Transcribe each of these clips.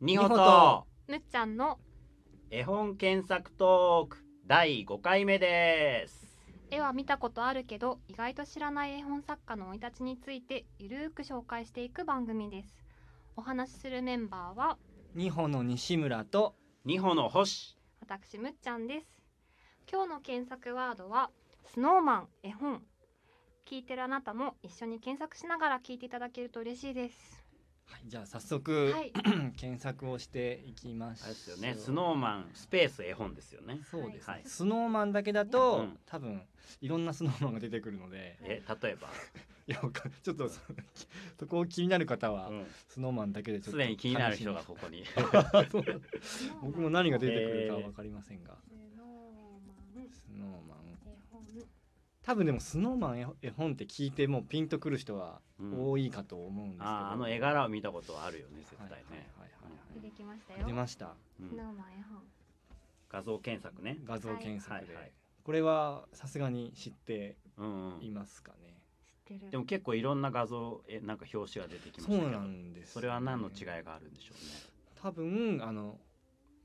ニホとむっちゃんの絵本検索トーク第5回目です絵は見たことあるけど意外と知らない絵本作家の生い立ちについてゆるーく紹介していく番組ですお話しするメンバーは二歩の西村とニホの星私むっちゃんです今日の検索ワードはスノーマン絵本聞いてるあなたも一緒に検索しながら聞いていただけると嬉しいですはい、じゃあ早速、はい検索をしていきましょあうれですよねスノーマンスペース絵本ですよねそうですね、はいスノーマンだけだと、うん多分いろんなスノーマンが出てくるのでえ例えいやわかんちょっとそそこを気になる方ばは、スノーマンだけでちょっとすで、に気になる人がここに楽し みそう僕も何が出てくるかはえーわかりませんが、スノーマンスノーマン絵本多分でもスノーマン絵本って聞いてもうピンとくる人はうん多いかと思うんですけど、あーあの絵柄を見たことはあるよね絶はいはい対ね、はい出はいてきましたはい出よましたうスノーん、マン絵本画像検索ね画像検索で、はいはいこれはさすがに知ってうん、ういん、ますかね、知ってるでも結構いろんな画像えなんか表紙が出てきましたそうけどなんです、それは何の違いがあるんでしょ多分あの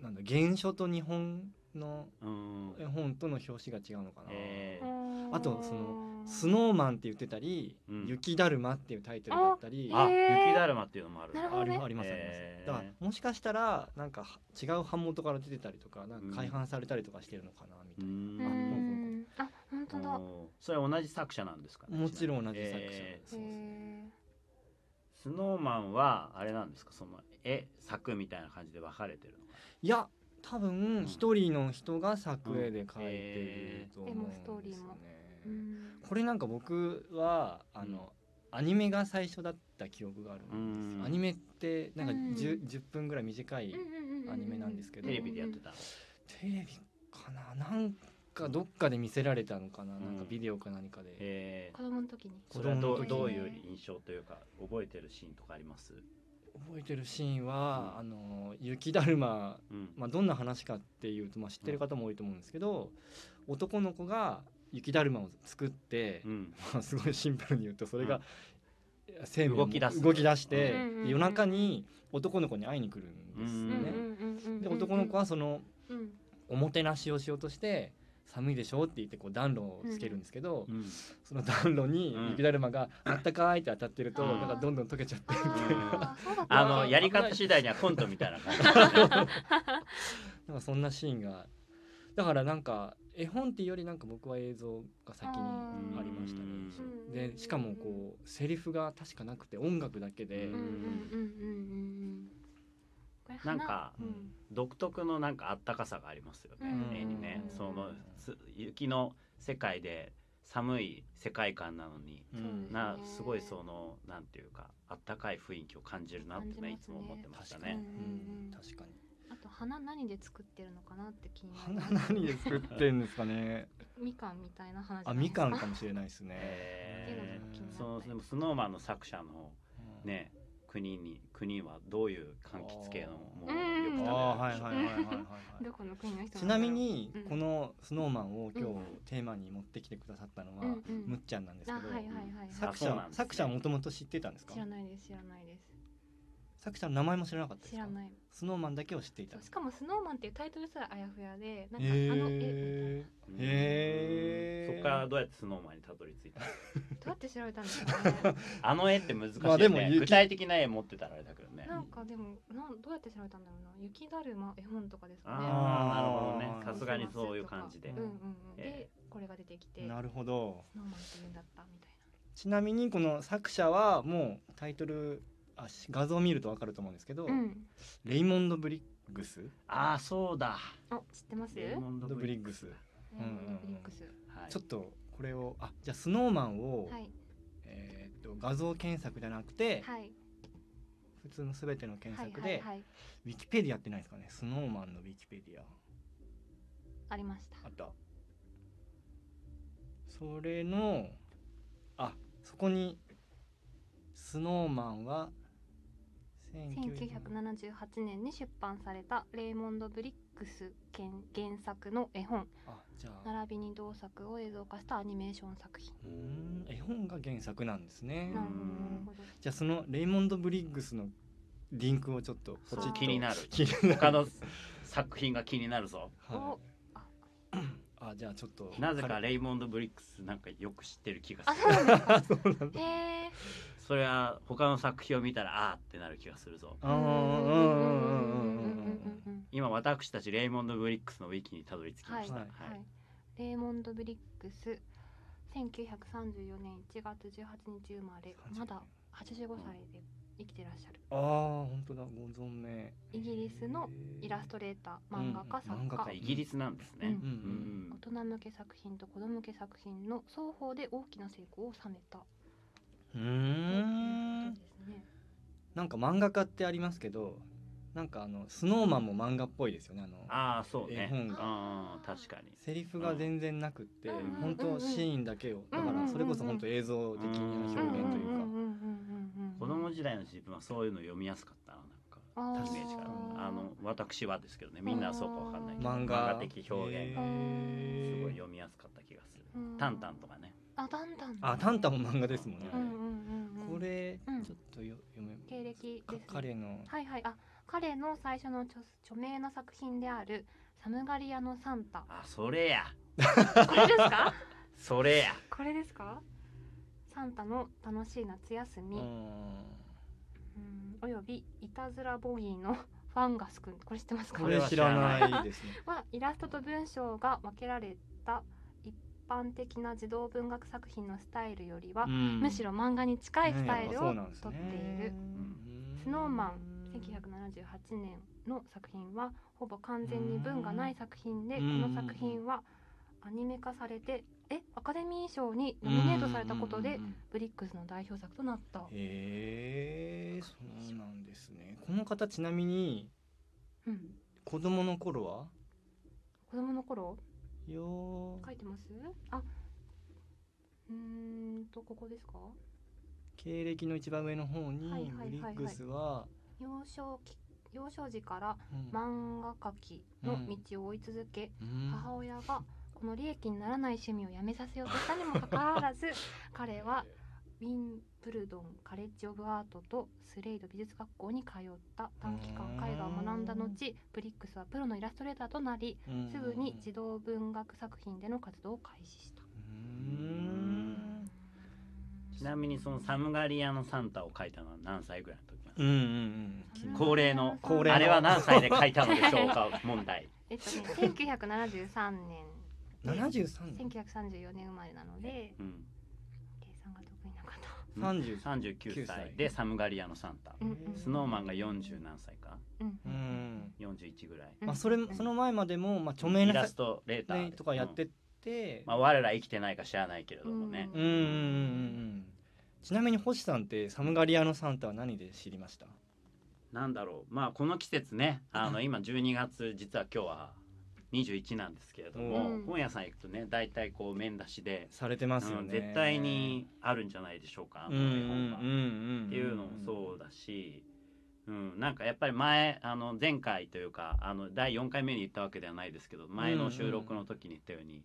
なんだ原書と日本のうねうん絵本との表紙が違うのかな、えーあとそのスノーマンって言ってたり、うん雪だるまっていうタイトルだったりあ、えー雪だるまっていうのもあるんだなるほどありありますあります、えーだからもしかしたらなんかは違う版元から出てたりとかなんか改版されたりとかしてるのかなみうたいな、うーんんあ本当だおーそれは同じ作者なんですかねもちろちんな同みにじ作者でえす、そうですねへースノーマンはあれなんですかその絵作みたいな感じで分かれてるのかいや多ん分一人の人が作絵で描いてるとうんえ思ーうんですよーうね。んこれなんか僕はあの、アニメが最初だった記憶があるんですうんよ。アニメってなんか 10,、うん10分ぐらい短い、アニメなんですけどテレビでやってたのテレビかななんかどっかで見せられたのかな、んなんかビデオか何かで。えー子供の時にそれはどう子供の時どういう印象というか覚えてるシーンとかあります覚えてるシーンは、うんあの雪だるまうんまあ、どんな話かっていうと、まあ、知ってる方も多いと思うんですけど、男の子が雪だるまを作って、うんまあ すごいシンプルに言うとそれうが生命動き出す動き出して、うんうんうんうんで夜中に男の子に会いに来るんですうよんね。ねで男の子はその うんおもてなしをしようとして寒いでしょうって言ってこう暖炉をつけるんですけど、うんその暖炉にうん雪だるまがあったかいって当たってると、うんなんかどんどん溶けちゃってるみたいなあーそうだったあのやり方次第にはコントみたいな感じ ですねなんかそんなシーンがだからなんか絵本っていうよりなんか僕は映像が先にありましたねうん。印象でしかもこうセリフが確かなくて音楽だけで、ううんんうんうんうんうんなんかうん独特のなんかあったかさがありますよね、うん絵にねうんそのつ雪の世界で寒い世界観なのにうんうんなねすごいそのなんていうかあったかい雰囲気を感じるなってねい感じますねつも思ってましたうね。ん確かにあと花何で作ってるのかなって気になる花何で作ってんですか ねみかんみたいな花じゃあないみですかかんかもしれないですね、え絵のー、時そのでもスノーマンの作者のね国に国はどういう柑橘系のものをよく食あべーらはれいるはいはいはいはいどこの国の人ちなみにうんこのスノーマンを今日うんテーマに持ってきてくださったのはうんうんむっちゃんなんですあけはいど、はいはいさ作あそうなん者ですね作者はもともと知ってたんですか知らないです知らないです作者の名前も知らなかったです知からないスノーマンだけを知っていたそうしかも「スノーマンっていうタイトルすらあやふやでなんかあの絵へうんへーそこからどうやってスノーマンにたどり着いたのどうやって調べたんですかねあの絵って難しいまよあでもね雪具体的な絵持ってたらあれだけど ね。なんかでもなんどうやって調べたんだろうな雪だるま絵本とかですかああなるねほどねさすがにそういう感じでねーうんうんうんでえこれが出てきてえスノなるほどーマンっていうんだったみたいちなみにこの作者はもうタイトルあし画像を見るとわかると思うんですけど、なうんレイモンド・ブリッグスああそうだあ知ってますレイモンドド・ブリッグス、レイモンドブリックスはいちょっとこれをあじゃあスノーマンを、はいえーっと画像検索じゃなくて、はい普通のすべての検はい索で、はいはいウィキペディアってないですかねスノーマンのウィキペディアありましたあったそれのあそこにスノーマンは1900 1978年に出版されたレイモンド・ブリックス原原作の絵本あじゃあ並びに同作を映像化したアニメーション作品うーん絵本が原作なんですねなるほどじゃあそのレイモンド・ブリッグスのリンクをちょっとポチッと気になる気になる他の 作品が気になるぞはいあじゃあちょっとなぜかれレイモンド・ブリックスなんかよく知ってる気があすそうるなんですかそうなんだへえそれは他の作品を見たらああーってなる気がするぞあーうんうんうんうんうんうん今私たちレイモンド・ブリックスのウィキにたどり着きまはい、した、ははいいレーモンド・ブリックス1934年1月18日生まれうんまだ85歳で生きてらっしゃるああ本当だご存命イギリスのイラストレーター漫画家うん作漫画家家イギリスなんですね、うんうんうん大人向け作品と子供向け作品の双方で大きな成功を収めたうーというんことですね。なんか漫画家ってありますけどなんかあのスノーマンも漫画っぽいですよねあのああそう絵ね本がああ確かにセリフが全然なくってうん本うんうんう当んシーンだけをうんだうんかうんうんらそれこそ本当映像的な表現というか子供時代の自分はそういうの読みやすかったななんかあーイメージがあるあの私はですけどねんみんなはそうかわかんないけど漫画的表現へーすごい読みやすかった気がするうんタンタンとかねあタンタンあタンタンも漫画ですもんねあうれんうんうんうこんれうんちょっとよ読め経歴かですね彼のはいはいあ彼の最初の著著名な作品である「寒がり屋のサン タあそれや」これですかそれやこれですかサンタの楽しい夏休うみ、んうんおよびいたずらボギーの ファンガスくんこれ知ってますかこれ知らこれは知ないですねはイラストと文章が分けられた一般的な児童文学作品のスタイルよりは、むむしろ漫画に近いスタイルをとっている、うんスノーマン1978年の作品はほぼ完全に文がない作品でうこんの作品はアニメ化されてえアカデミー賞にノミネートされたことうんうでんうんうんブリックスの代表作となったへえそうなんですねこの方ちなみにうん子供の頃は子供の頃よ書いてますあうーんとここですか経歴の一番上の方にはいはいはいはいブリックスは幼少期幼少時からうん漫画描きの道を追い続け、うん母親がこの利益にならない趣味をやめさせようとしたにもかかわらず彼はウィンブルドンカレッジ・オブ・アートとスレイド美術学校に通った短期間絵画を学んだ後ブリックスはプロのイラストレーターとなりうんすぐに児童文学作品での活動を開始した。うんちなみにそのサムガリアのサンタを書いたのは何歳ぐらいの時なんですうんうんうん恒例のか恒例のあれは何歳で書いたのでしょうか問題えっと ね、1973年七十三1934年生まれなのでうん計算が得意な方。三十39歳でサムガリアのサンタうんうんスノーマンが40何歳かうんううんん41ぐらいうんまあそれその前までもまあ著名イなラ作ストレーター品とかやってうんってまあ我ら生きてないか知らないけれどもねうんうんうんうんちなみに星さんってサムガリアのサンタは何で知りましたなんだろうまあこの季節ねあの今12月実は今日は21なんですけれども、うん本屋さん行くとね大体こう面出しで、されてますうよんね絶対にあるんじゃないでしょうかあうんのうん絵本が。うんうんっていうのもそうだし、うん、なんかやっぱり前あの前回というかあの第4回目に言ったわけではないですけど前の収録の時に言ったように、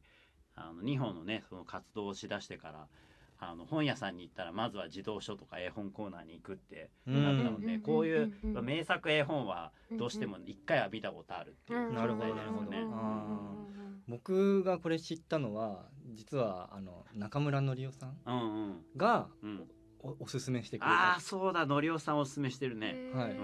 あの日本のねその活動をしだしてからあの本屋さんに行ったらまずは児童書とか絵本コーナーに行くってなったので、うんうんうんうんこういう名作絵本はどうしても一回は見たことあるっていう、なるほどなるほどねあ僕がこれ知ったのは実はあの中村のりおさんうんうんがうん、おおすすめしてくれあたあそうだのりおさんおすすめしてるねはいうん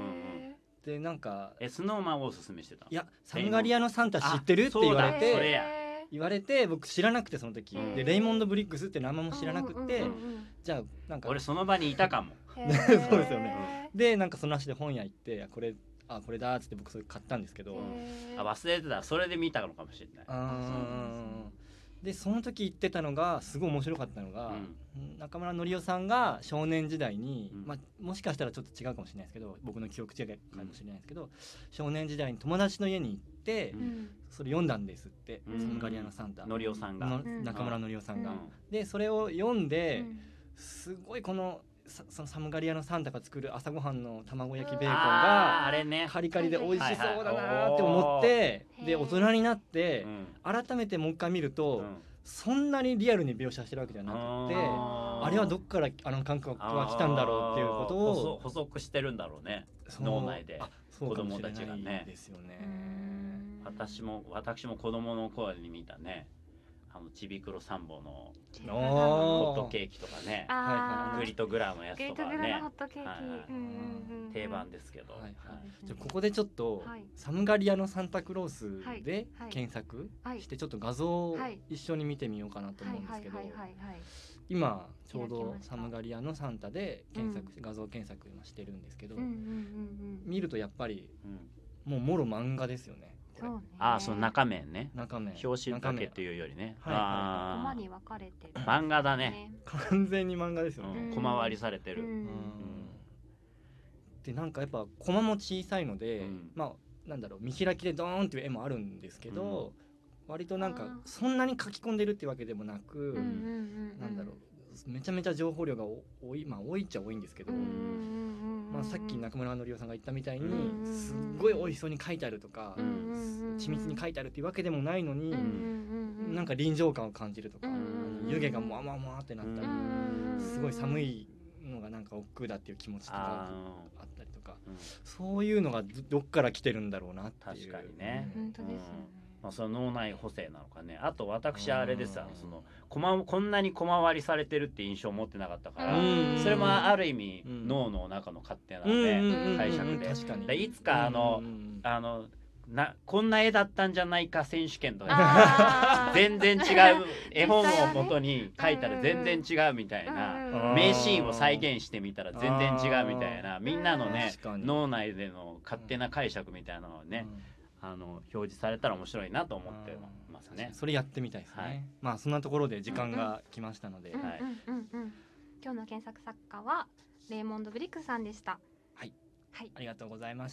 うんでなんか「えスノーマンをおすすめしてたいやサムガリアのサンタ知ってる?」あって言われそうだそれてや言われて僕知らなくてその時うんでレイモンド・ブリックスって名前も知らなくてうんうんじゃあなんか俺その場にいたかもそそううですよねでなんかその足で本屋行ってあ「これあこれだ」っつって僕それ買ったんですけどあ忘れてたそれで見たのかもしれないあーでその時言ってたのがすごい面白かったのが、中村のりおさんが少年時代に、うんまあ、もしかしたらちょっと違うかもしれないですけど僕の記憶違いかもしれないですけど、少年時代に友達の家に行って、うそれ読んだんですって、うんサムガリアのサンタのりおさんが、うのんん中村のりおさんが。うでそれを読んで、すごいこのさそのサムガリアのサンタが作る朝ごはんの卵焼きベーコンあーがあれね、カリカリで美味しそうだなーって思って、はいはいで大人になって。うん改めてもう一回見ると、うんそんなにリアルに描写してるわけではなくてあーあれはどっからあの感覚は来たんだろうっていうことをあー補足補足してるんだろうねその脳内であそうかもしれな子供たちがいねですよね。私も私も子供の頃に見たねあのちびくろサンボのあーホットケーキとかねあーグリとグラのやグつリとトかグラねのホットケーキ、はいうんうんうんうん定番ですけど、はいははいいじゃあここでちょっと、はいサムガリアのサンタクロースはいではい検索はいしてちょっと画像をはい一緒に見てみようかなとは思いうんではすいけどはいはいはい今ちょう開きどましたサムガリアのサンタで検索して画像検索今してるんですけどうんうんうんうん見るとやっぱりうんもうもろ漫画ですよねこそれうねああその中面ね中面表紙だけといういうよりね、はいコマあに分かれてるあ漫画だね、完全に漫画ですうよねん、うん小回りされてうる、うんんでなんかやっぱコマも小さいので、うんまあなんだろう見開きでドーンっていう絵もあるんですけど、割となんあかーそんなに書き込んでるってわけでもなく、うんうんうなんだろうめちゃめちゃ情報量がお多いまあ多いっちゃ多いんですけど、うんうんうんうんまあ、さっき中村のりおさんが言ったみたいに、うんすっごいおいしそうに書いてあるとか、うん緻密に書いてあるっていうわけでもないのに、うんうなんか臨場感を感じるとか、うんうん湯気がもわもわもわってなったり、うんすごい寒いのがなんか億劫だっていう気持ちとあかーあったりとかうんそういうのがどどっから来てるんだろうなっていう確かにねうん本当ですよねまあ、その脳内補正なのかねあと私あれですあうのんそのこまこんなに小回りされてるって印象を持ってなかったから、うんそれもある意味、うん脳の中の勝手なうんで、んうん解釈で確かにでいつかあのうんうんあのなこんな絵だったんじゃないか選手権とかあー 全然違う絵本をもとに書いたら全然違うみたいな、うんうんうん名シーンを再現してみたら全然違うみたいなみんなのね確かに脳内での勝手な解釈みたいなのをね、あの表示されたら面白いなと思ってます確かねに。それやってみたいですね、はいまあそんなところで時間が来ましたので、うんはいうんうんうん今日の検索作家はレイモンド・ブリックさんでした。はい、はいありがとうございました